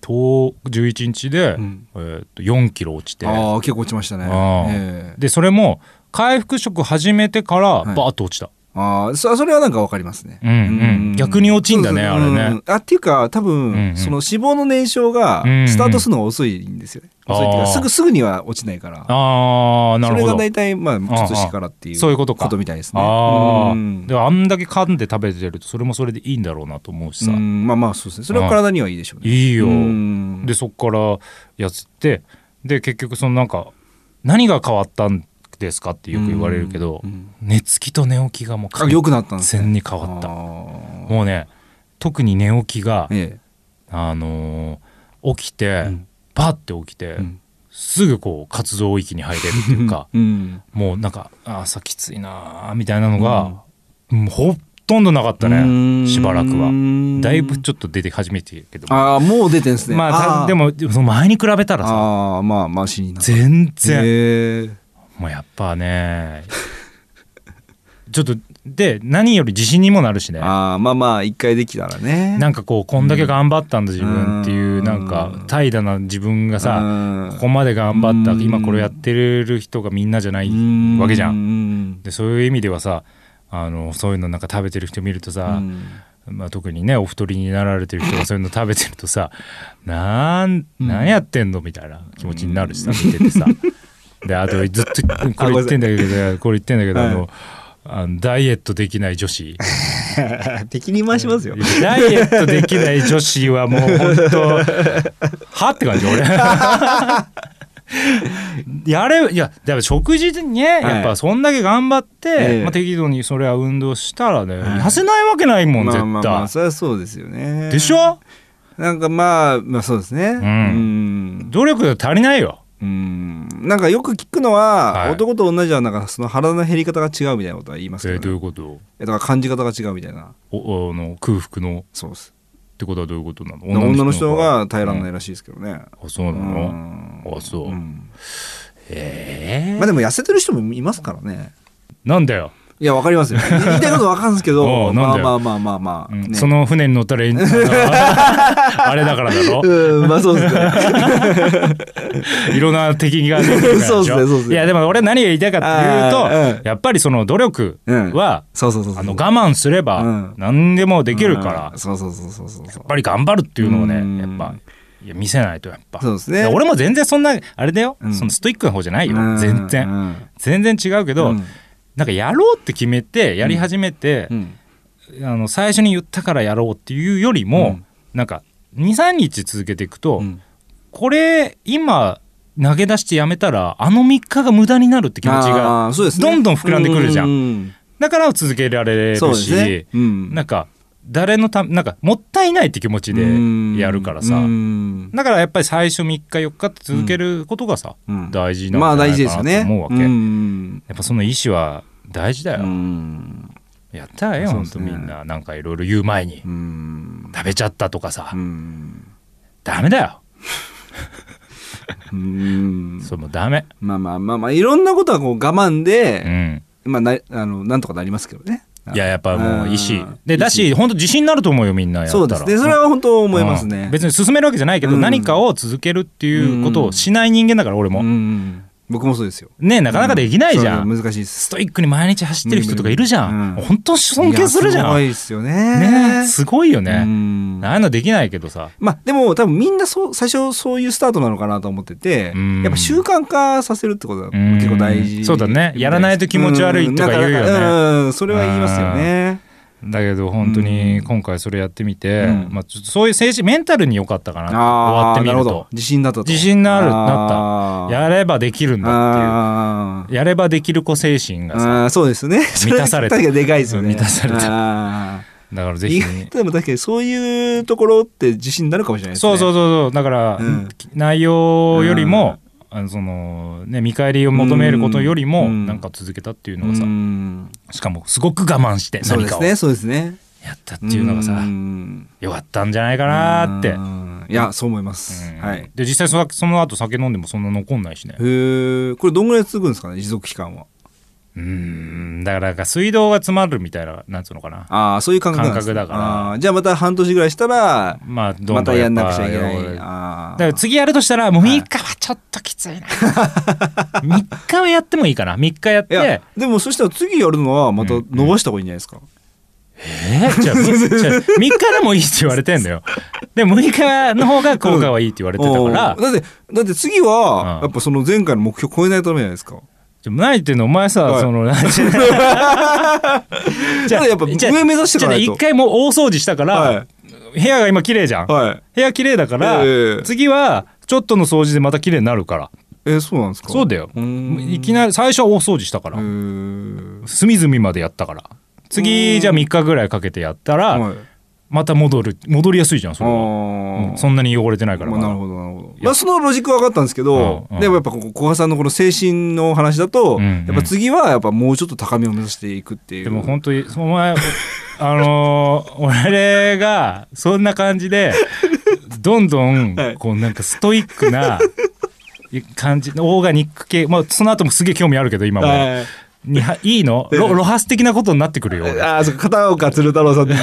と11日で、うんえーっと4キロ落ちてああ結構落ちましたねあーええでそれも回復食始めてからはいバーッと落ちた、ああそそれはなんかわかりますねうんうん逆に落ちんだねそうあそうれねうんあっていうか多分、うんうんその脂肪の燃焼がうんうんスタートするのが遅いんですよね、あー遅いっていうかすぐすぐには落ちないからああなそるれほがど大体まあちょっとしてからっていうそういうことかみたいですねああ、うんでもあんだけ噛んで食べてるとそれもそれでいいんだろうなと思うしさ、うんまあまあそうですねそれは体にはいいでしょうねいいよ、うんでそっからやってで結局そのなんか何が変わったんですかってよく言われるけど、うん寝つきと寝起きがもうあ良くなったんですね全に変わったあーもうね特に寝起きが、えあのー起きて、えうんパッて起きて、うんすぐこう活動域に入れるっていう *laughs* かうんもうなんかあ朝きついなーみたいなのが、もうほとんどなかったねしばらくはだいぶちょっと出て始めてるけどああもう出てんですねまあたでももでもその前に比べたらさああまあマシになった全然、へえもうやっぱね *laughs* ちょっとで何より自信にもなるしねああまあまあ一回できたらねなんかこうこんだけ頑張ったんだ自分っていううんなんか怠惰な自分がさ、さここまで頑張ったうん今これやってる人がみんなじゃないわけじゃん。んでそういう意味ではさあのそういうのなんか食べてる人見るとさ、まあ、特にねお太りになられてる人 *laughs* がそういうの食べてるとさ「なんうんなんやってんの?」みたいな気持ちになるしさ見ててさ。で *laughs* あとずっとこれ言ってんだけどこれ言ってんだけどあの。あのダイエットできない女子 *laughs* 敵に回しますよダイエットできない女子はもう本当 *laughs* はって感じ俺 *laughs* やれいやだから食事でね、はいやっぱそんだけ頑張って、ええまあ、適度にそれは運動したらね、はい痩せないわけないもん、まあまあ絶対、まあそれはそうですよねでしょなんかまあまあそうですねうん努力が足りないようんなんかよく聞くのははい男と女じゃなんかその腹の減り方が違うみたいなことは言いまえすけーどどうねいうことえだから感じ方が違うみたいなおおあの空腹のそうですってことはどういうことなの女の人の方が平らないらしいですけどね。あそうなのうんあそううんええまあでも痩せてる人もいますからね。なんだよいや、わか *laughs* りますよ。言いたいことわかるんですけおど、うなまんあでまあまあまあまあ。うんねそ、の船に乗ったらい *laughs* いんだあれだからだろうん、まあそうですね。 *laughs* いろんな敵が出てくるからでし *laughs* そうょっすねそうっすねいやでも俺何が言いたいかっていうあと、ーうんやっぱりその努力は、そうそうそうそう。あの我慢すれうばん何でもできるから、うやんそうそうそうそうそうそうっ。ぱり頑張るっていうのをね、うんやっぱいや見せないとやっぱそうですねいや俺も全然そんなあれだよ、うんそのストイックな方じゃないよ、うん全然、うん全然違うけど、うんなんかやろうって決めてやり始めてう、んあの最初に言ったからやろうっていうよりも、うんなんか23日続けていくと、うんこれ今投げ出してやめたらあの3日が無駄になるって気持ちがあーそうですねどんどん膨らんでくるじゃんうだから続けられるそうでし、すね。うんなんか誰のためなんかもったいないって気持ちでやるからさ、うんだからやっぱり最初3日4日って続けることがさ、うん大事なんじまゃあな大い事でかすよなね。と思うわけ、うんやっぱその意思は大事だよ、うんやったらええよそうほでんすとねみんななんかいろいろ言う前に、うん食べちゃったとかさ、うんダメだようんそれもうダメまあまあまあまあいろんなことはこう我慢うで、んまあなあのなんとかなりますけどね。いややっぱもう意思うんでだし本当自信になると思うよみんなやったらそうですね。それは本当思いますねうん。別に進めるわけじゃないけど、うん何かを続けるっていうことをしない人間だから俺も、うん僕もそうですよ。ねなかなかできないじゃん、そう難しいです。ストイックに毎日走ってる人とかいるじゃん、うん本当尊敬するじゃんいやすごいですよね。ねすごいようね、んああいうのできないけどさまあでも多分みんなそう最初そういうスタートなのかなと思っててうんやっぱ習慣化させるってことがうん結構大事そうだねやらないと気持ち悪いとか言うよねんなんかうんそれは言いますよねだけど本当に今回それやってみて、うんまあ、ちょっとそういう精神メンタルに良かったかな終わっああてーみなるるほとど自信だったと自信のあるあなったーやればできるんだっあていうやればできる子精神ーがさあーそうですねそ *laughs* 満たされた確かにでかいですよね *laughs* 満たされたただからぜひ意外とでも確かにそういうところって自信になるかもしれないですそねうそうそうそうだから、うん内容よりも、あのそのね見返りを求めることよりも、うんなんか続けたっていうのがさ、んしかもすごく我慢してそう何でかすをねやそうですねったっていうのがさ、んよかったんじゃないかなーって、うんいやそう思います、うんはいで実際そのその後酒飲んでもそんな残んないしねへえこれどんぐらい続くんですかね持続期間はうんだからなんか水道が詰まるみたいななんつうのかなああそういう感覚なんです感覚だからあーじゃあまた半年ぐらいしたらまあどんどんまたやんなくちゃいけなやっぱいだあから次やるとしたらもう3日はちょっときつい *laughs* な3日はやってもいいかな3日やっーいやてでもそしたら次やるのはまた伸ばした方がいいんじゃないですか、え *laughs* ー、じゃあ、みじゃあ3日でもいいって言われてんだよ。で、6日の方が効果はいいって言われてたおかーだら、じゃってだって次うはんやっぱその前回の目標超えないためじゃないですか、 *laughs* あ何言ってんのお前さ、はいそ *laughs* の、じだからやっぱ上目指していかないと一回もう大掃除したから、は部屋が今綺麗じゃん。はい部屋綺麗だから、えー次は、ちょっとの掃除でまた綺麗になるから。えーそうなんですかそうだよ。うんいきなり、最初は大掃除したから。へー隅々までやったから。次、じゃあ3日ぐらいかけてやったら、はいまた戻る、戻りやすいじゃん、それは。あうあんそんなに汚れてないから。まあ、まだなるほどなるほど、まあ、そのロジックは分かったんですけど、うんうんでもやっぱここ小賀さんのこの精神の話だと、うんうんやっぱ次はやっぱもうちょっと高みを目指していくっていうでも本当にお前 *laughs* あのー俺がそんな感じでどんどんはいこうなんかストイックな感じオーガニック系まあその後もすげえ興味あるけど今も、はいにはいいのロロハス的なことになってくるよ俺ああそうか片岡鶴太 *laughs* 郎さんって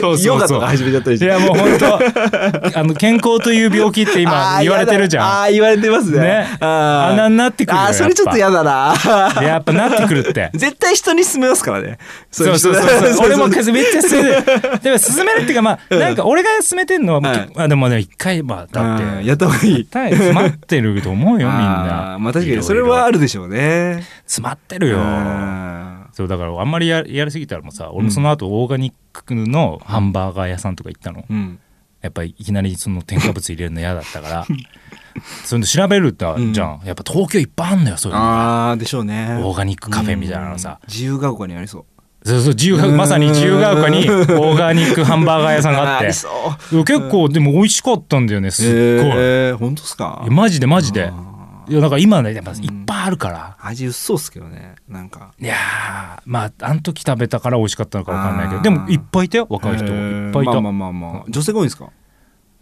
そうヨそうガそとうか始めちゃったりしいてやもう本当あの健康という病気って今あー言われてるじやだあゃんー言われてますねねあーあんなになってくるよあーそれちょっとや嫌だな *laughs* やっぱなってくるって絶対人に勧めますからねそういそう人そうねそうそう俺もそうめっちゃ進め *laughs* る。でも進めるっていうか、まあ、なんか俺が進めてんのは、はいあでもね、一回、まあ、だっあーて、やった方がいいたい詰まってると思うよ、みん *laughs* あなー。まあい確かろいろにそれはあるでしょうね詰まってるよ。あそう、だからあんまりややりすぎたらもうさ、俺もその後、オーガニックのハンバーガー屋さんとか行ったのー。うんやっぱりいきなりその添加物入れるの嫌だった *laughs* から、そういうの調べるってじゃん。やっぱ東京いっぱいあんのよ、そういうのが。ああでしょうねオーガニックカフェみたいなのさ。うん自由が丘にありそうそうそう、自由がまさに自由が丘にオーガニックハンバーガー屋さんがあっ *laughs* ーてり。そういや結構でも美味しかったんだよねすっごい、えー、本当っすかいやマジでマジであないやなんか今ねやっぱいっぱいあるから、味薄そうっすけどねなんかいやーまああの時食べたから美味しかったのかわかんないけあどーでもいっぱいいたよ若い人へいーっぱいいた、まあまあまあまあ女性が多いんですか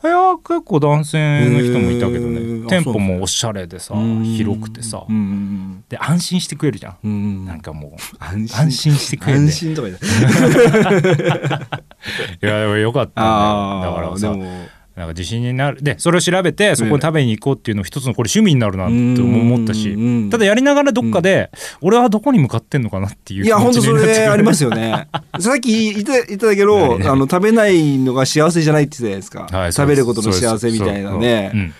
いやー結構男性の人もいたけどね、へーあ店舗もおしゃれでさうん広くてさ、うんうんで安心して食えるじゃんうんうんなんかもう安安心して食えるね安心とかじゃないいやでもよかったんだよだからでさもなんか自信になるでそれを調べてそこに食べに行こうっていうの一つのこれ趣味になるなって思ったしうんただやりながらどっかで俺はどこに向かってんのかなっていういや気持本ち当そになってくれるあります *laughs* よねさっき言って言ってたけど何あの食べないのが幸せじゃないって言ってたじゃないですか、はいそう食でべすることの幸せみたいなそうね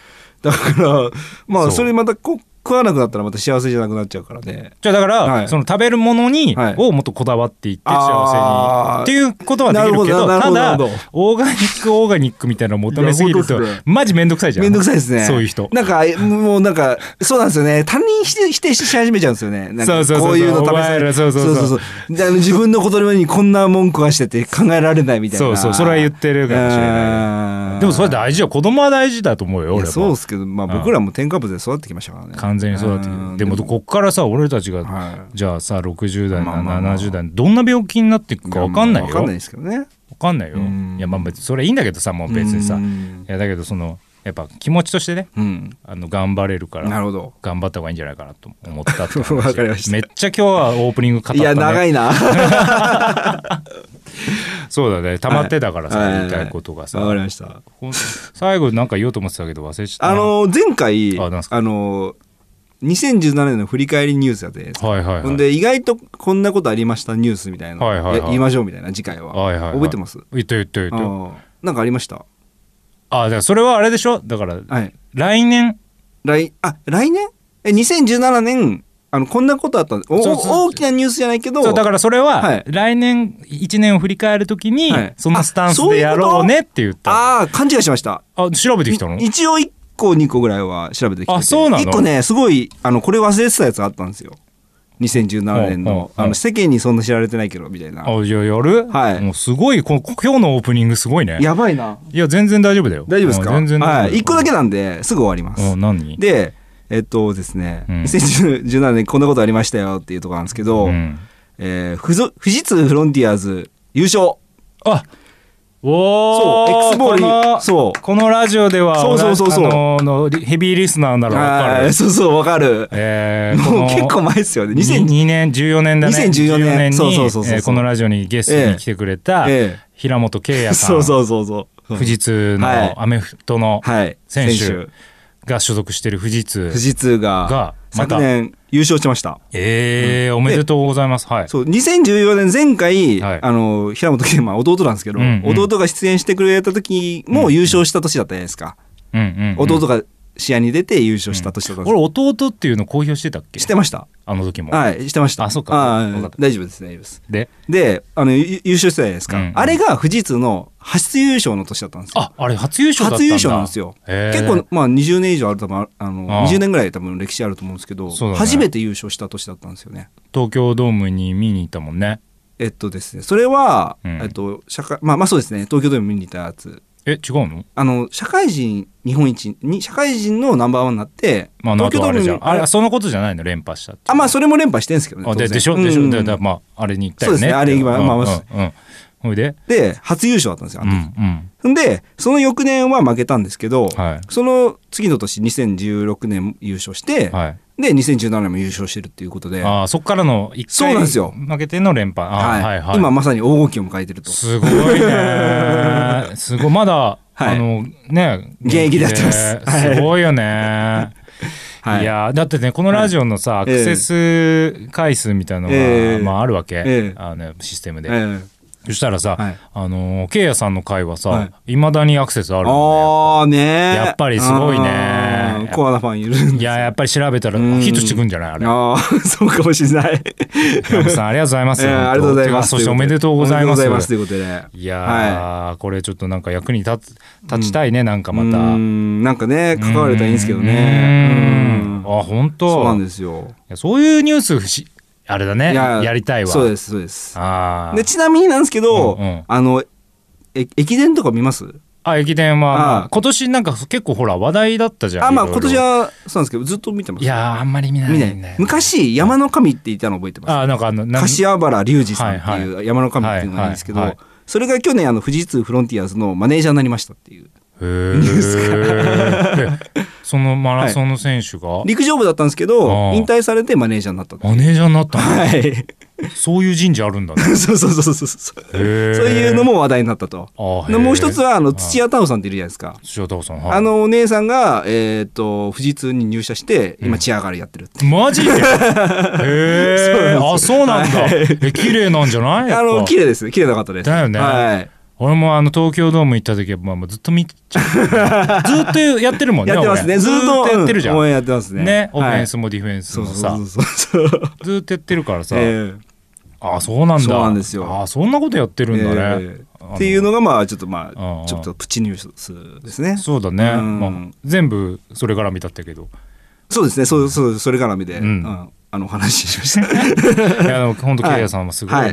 ですそうですうんだからまそあうそれまたこ食わなくなったらまた幸せじゃなくなっちゃうからねじゃあだから、はいその食べるものに、はいをもっとこだわっていってあ幸ーせにっていうことはできるけどなるたほどなだるほどオーガニックオーガニックみたいなの求めすぎると、いや本当ですねマジめんどくさいじゃんめんどくさいですねそういう人なんかもうなんかそうなんですよね他人否定否定し始めちゃうんですよねなんそうそうかそうそうこういうの食べさお前られそうそうそううであの自分のことのようにこんな文句はしてて考えられないみたいなそうそうそれは言ってるかもしれないないでもそれ大事よ子供は大事だと思うよい俺やはそうですけど、まあ、うん僕らも添加物で育ってきましたからね完全にそうだってんでもこっからさ俺たちが、はじゃあさ60代、まあまあまあ70代どんな病気になっていくいか分かんないよわかんないですけどねわかんないようんいやまあ別にそれいいんだけどさもう別にさういんやだけどそのやっぱ気持ちとしてねうんあの頑張れるからなるほど頑張った方がいいんじゃないかなと思ったって話わかりましためっちゃ今日はオープニング語った、いね、や長いな *laughs* わそうだね溜まってたからさ、はいはい言いたいことがさ、かりましたほん最後なんか言おうと思ってたけど忘れちゃったなあの前回あなんあすかの2017年の振り返りニュースやってですかはいはいはいほんで意外とこんなことありましたニュースみたいな、はいはいはいや言いましょうみたいな次回は,、はいはいはい覚えてます言った言った言ったああなんかありましたあだからそれはあれでしょだからはい来年来あ来年え2017年あのこんなことあったおそうそう大きなニュースじゃないけどそうだからそれははい来年1年を振り返るときにはいそのスタンスあそうでいうやことろうねって言ったああ勘違いしましたあ調べてきたのい一応1個2個ぐらいは調べてきててあそうなの1個ねすごいあのこれ忘れてたやつあったんですよう2017年んうんうんのあの世間にそんな知られてないけどみたいなあじゃあやる、はいもうすごいここ今日のオープニングすごいねやばいないや全然大丈夫だよ大丈夫ですかうん全然大丈は夫い1個だけなんですぐ終わりますうん何でえっとですねうん2017年こんなことありましたよっていうとこなんですけどうんえー富士富士通フロンティアーズ優勝あおそうー X ボこーのルそうこのラジオではそうそうそうそうあのーのリヘビーリスナーならわかはるいそうそうわかるえー、 *laughs* もう結構前ですよね2000 2年14年だね2014年にそうそうそうそうえーこのラジオにゲストに来てくれたええ平本圭也さん、 *laughs* そうそうそうそう富士通はいのアメフトのはい選手が所属してる富士通富士通ががま昨た年優勝しました。えーおめでとうございますはいそう2014年前回、はいあの平本健は弟なんですけど、うんうん弟が出演してくれた時も優勝した年だったじゃないですか、うんうんうん弟が試合に出て優勝した年だったんです、俺弟っていうの公表してたっけしてましたあの時も、はいしてましたあそうかあーわかった大丈夫です大丈夫ですでであのゆ優勝してたじゃないですか、うんうんあれが富士通の初優勝の年だったんですよああれ初優勝だったんだ初優勝なんですよ、へー結構、まあ、20年以上ある多分ああのああ20年ぐらい多分歴史あると思うんですけど、そうだね初めて優勝した年だったんですよね東京ドームに見に行ったもんねえっとですね、それは、うんえっと、社会、まあ、まあ、そうですね、東京ドーム見に行ったやつ。え違うのあの、社会人日本一に、社会人のナンバーワンになって、まあ、あの東京後ドあームれじにゃんあれそのことじゃないの連覇したっていうあ、まあ、それも連覇してんですけどね。あで当然でしょでしょ、うんでだまああれに行ったよねそうですねあれ行けばうんまあまあうんうんほいでで、初優勝だったんですよ、うあんうの時んんで、その翌年は負けたんですけど、はその次の年、2016年優勝して、いはいで、2017年も優勝してるっていうことで、あーそっからの一そう回なんですよ負けての連覇あーはいはい今まさに黄金期を迎えてると。すごいねすごいまだ、はいあのね現役でやってます現役ではいすごいよね、、はいい。やーだってねこのラジオのさ、アええクセス回数みたいなのが、ええまあ、あるわけ、ええあのシステムえで、えそしたらさ、はいあのーケイヤさんの回はさ、、はいまだにアクセスあるのああねーやっぱりすごいねあーコアなファンいるんですねねいややっぱり調べたらうんヒットしてくんじゃないあれああ、 *laughs* そうかもしれない。山本さんありがとうございます、えーありがとうございます。そしておめでとうございますおめでとうございますということで。いやー、これちょっとなんか役に立つ立ちたいね、なんかまうーたんなんかね、関われたらいいんですけどうね。んうんあ本当そうなんいですよ。やそういうニュース不思あれだねいやりたいわそうです、そうです。あーで、ちなみになんですけどうんうん、あの、え駅伝とか見ますあ駅伝はああ今年なんか結構ほら話題だったじゃんあまあいろいろ今年はそうなんですけどずっと見てますいやーあんまり見ない見ねない昔山の神っていたの覚えてますあなんかあのなん柏原隆二さんっていう山の神っていうのがいるんですけはいはどいそれが去年あの富士通フロンティアーズのマネージャーになりましたっていうへー *laughs* えそのマラソンの選手が、陸上部だったんですけあどー引退されてマネージャーになったってマネージャーになったの、はい *laughs* そういう人事あるんだねそうそうそうそうそう *laughs* そうそういうのも話題になったともでもう一つはあの土屋屋太鳳さんっているじゃないですか土屋太鳳さんはいあのお姉さんがえっと富士通に入社してうん今チアガールやってるってマ *laughs* ジでへえそうなんですあそようなんだ、はいえ綺麗なんじゃないやっあぱの綺麗です綺麗な方ですだよねはい俺もあの東京ドーム行った時は、まあ、まあずっと見ち *laughs* ゃうずっとやってるもんねやってますね俺ずっとずっやってるじゃん、応援やってますねね、オフはェいンスもディフェンスそもうさ、そうそうそうそうずっとやってるからさ、ええあそうなんだそうなんですよあそんなことやってるんだね、ええっていうのがまあちょっとうんまうんあちょっとプチニュースですね。そうだね、うんまあ、全部それから見たった *laughs* けどそうですね。そうそうそれ絡みで、うんうんあのお話ししました。いやでも本当ケイヤさんもすごいね、はい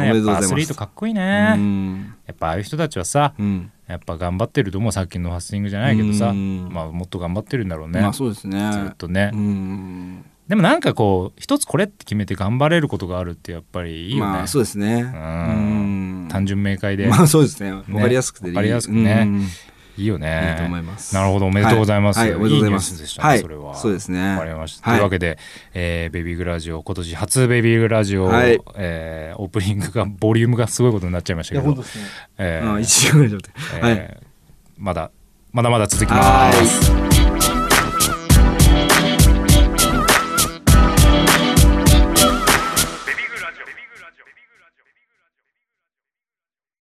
はいやおめでとうございっまぱすアスリートかっこいいね、うんやっぱああいう人たちはさうんやっぱ頑張ってると思うさっきのファスティングじゃないけどさ、うんまあ、もっと頑張ってるんだろうね、まあそうですね。ずっとね、うんでもなんかこう一つこれって決めて頑張れることがあるってやっぱりいいよね、まあそうですね。ん単純明快で、まあそうですね。わかりやすくていいわかりやすくねうんいいよねいいと思いますなるほどおめでとうございます、はいはいおめでとうございますニュースでしたね、はいそれはそうですねわかりました、はといいうわけで、えーベビーグラジオ今年初ベビーグラジオ、はいえーオープニングがボリュームがすごいことになっちゃいましたけどですね。えーあ一時間ぐらいじゃなくて。はい。えーまだまだまだ続きまはすい。ベビグラジオ。ベビグラジオ。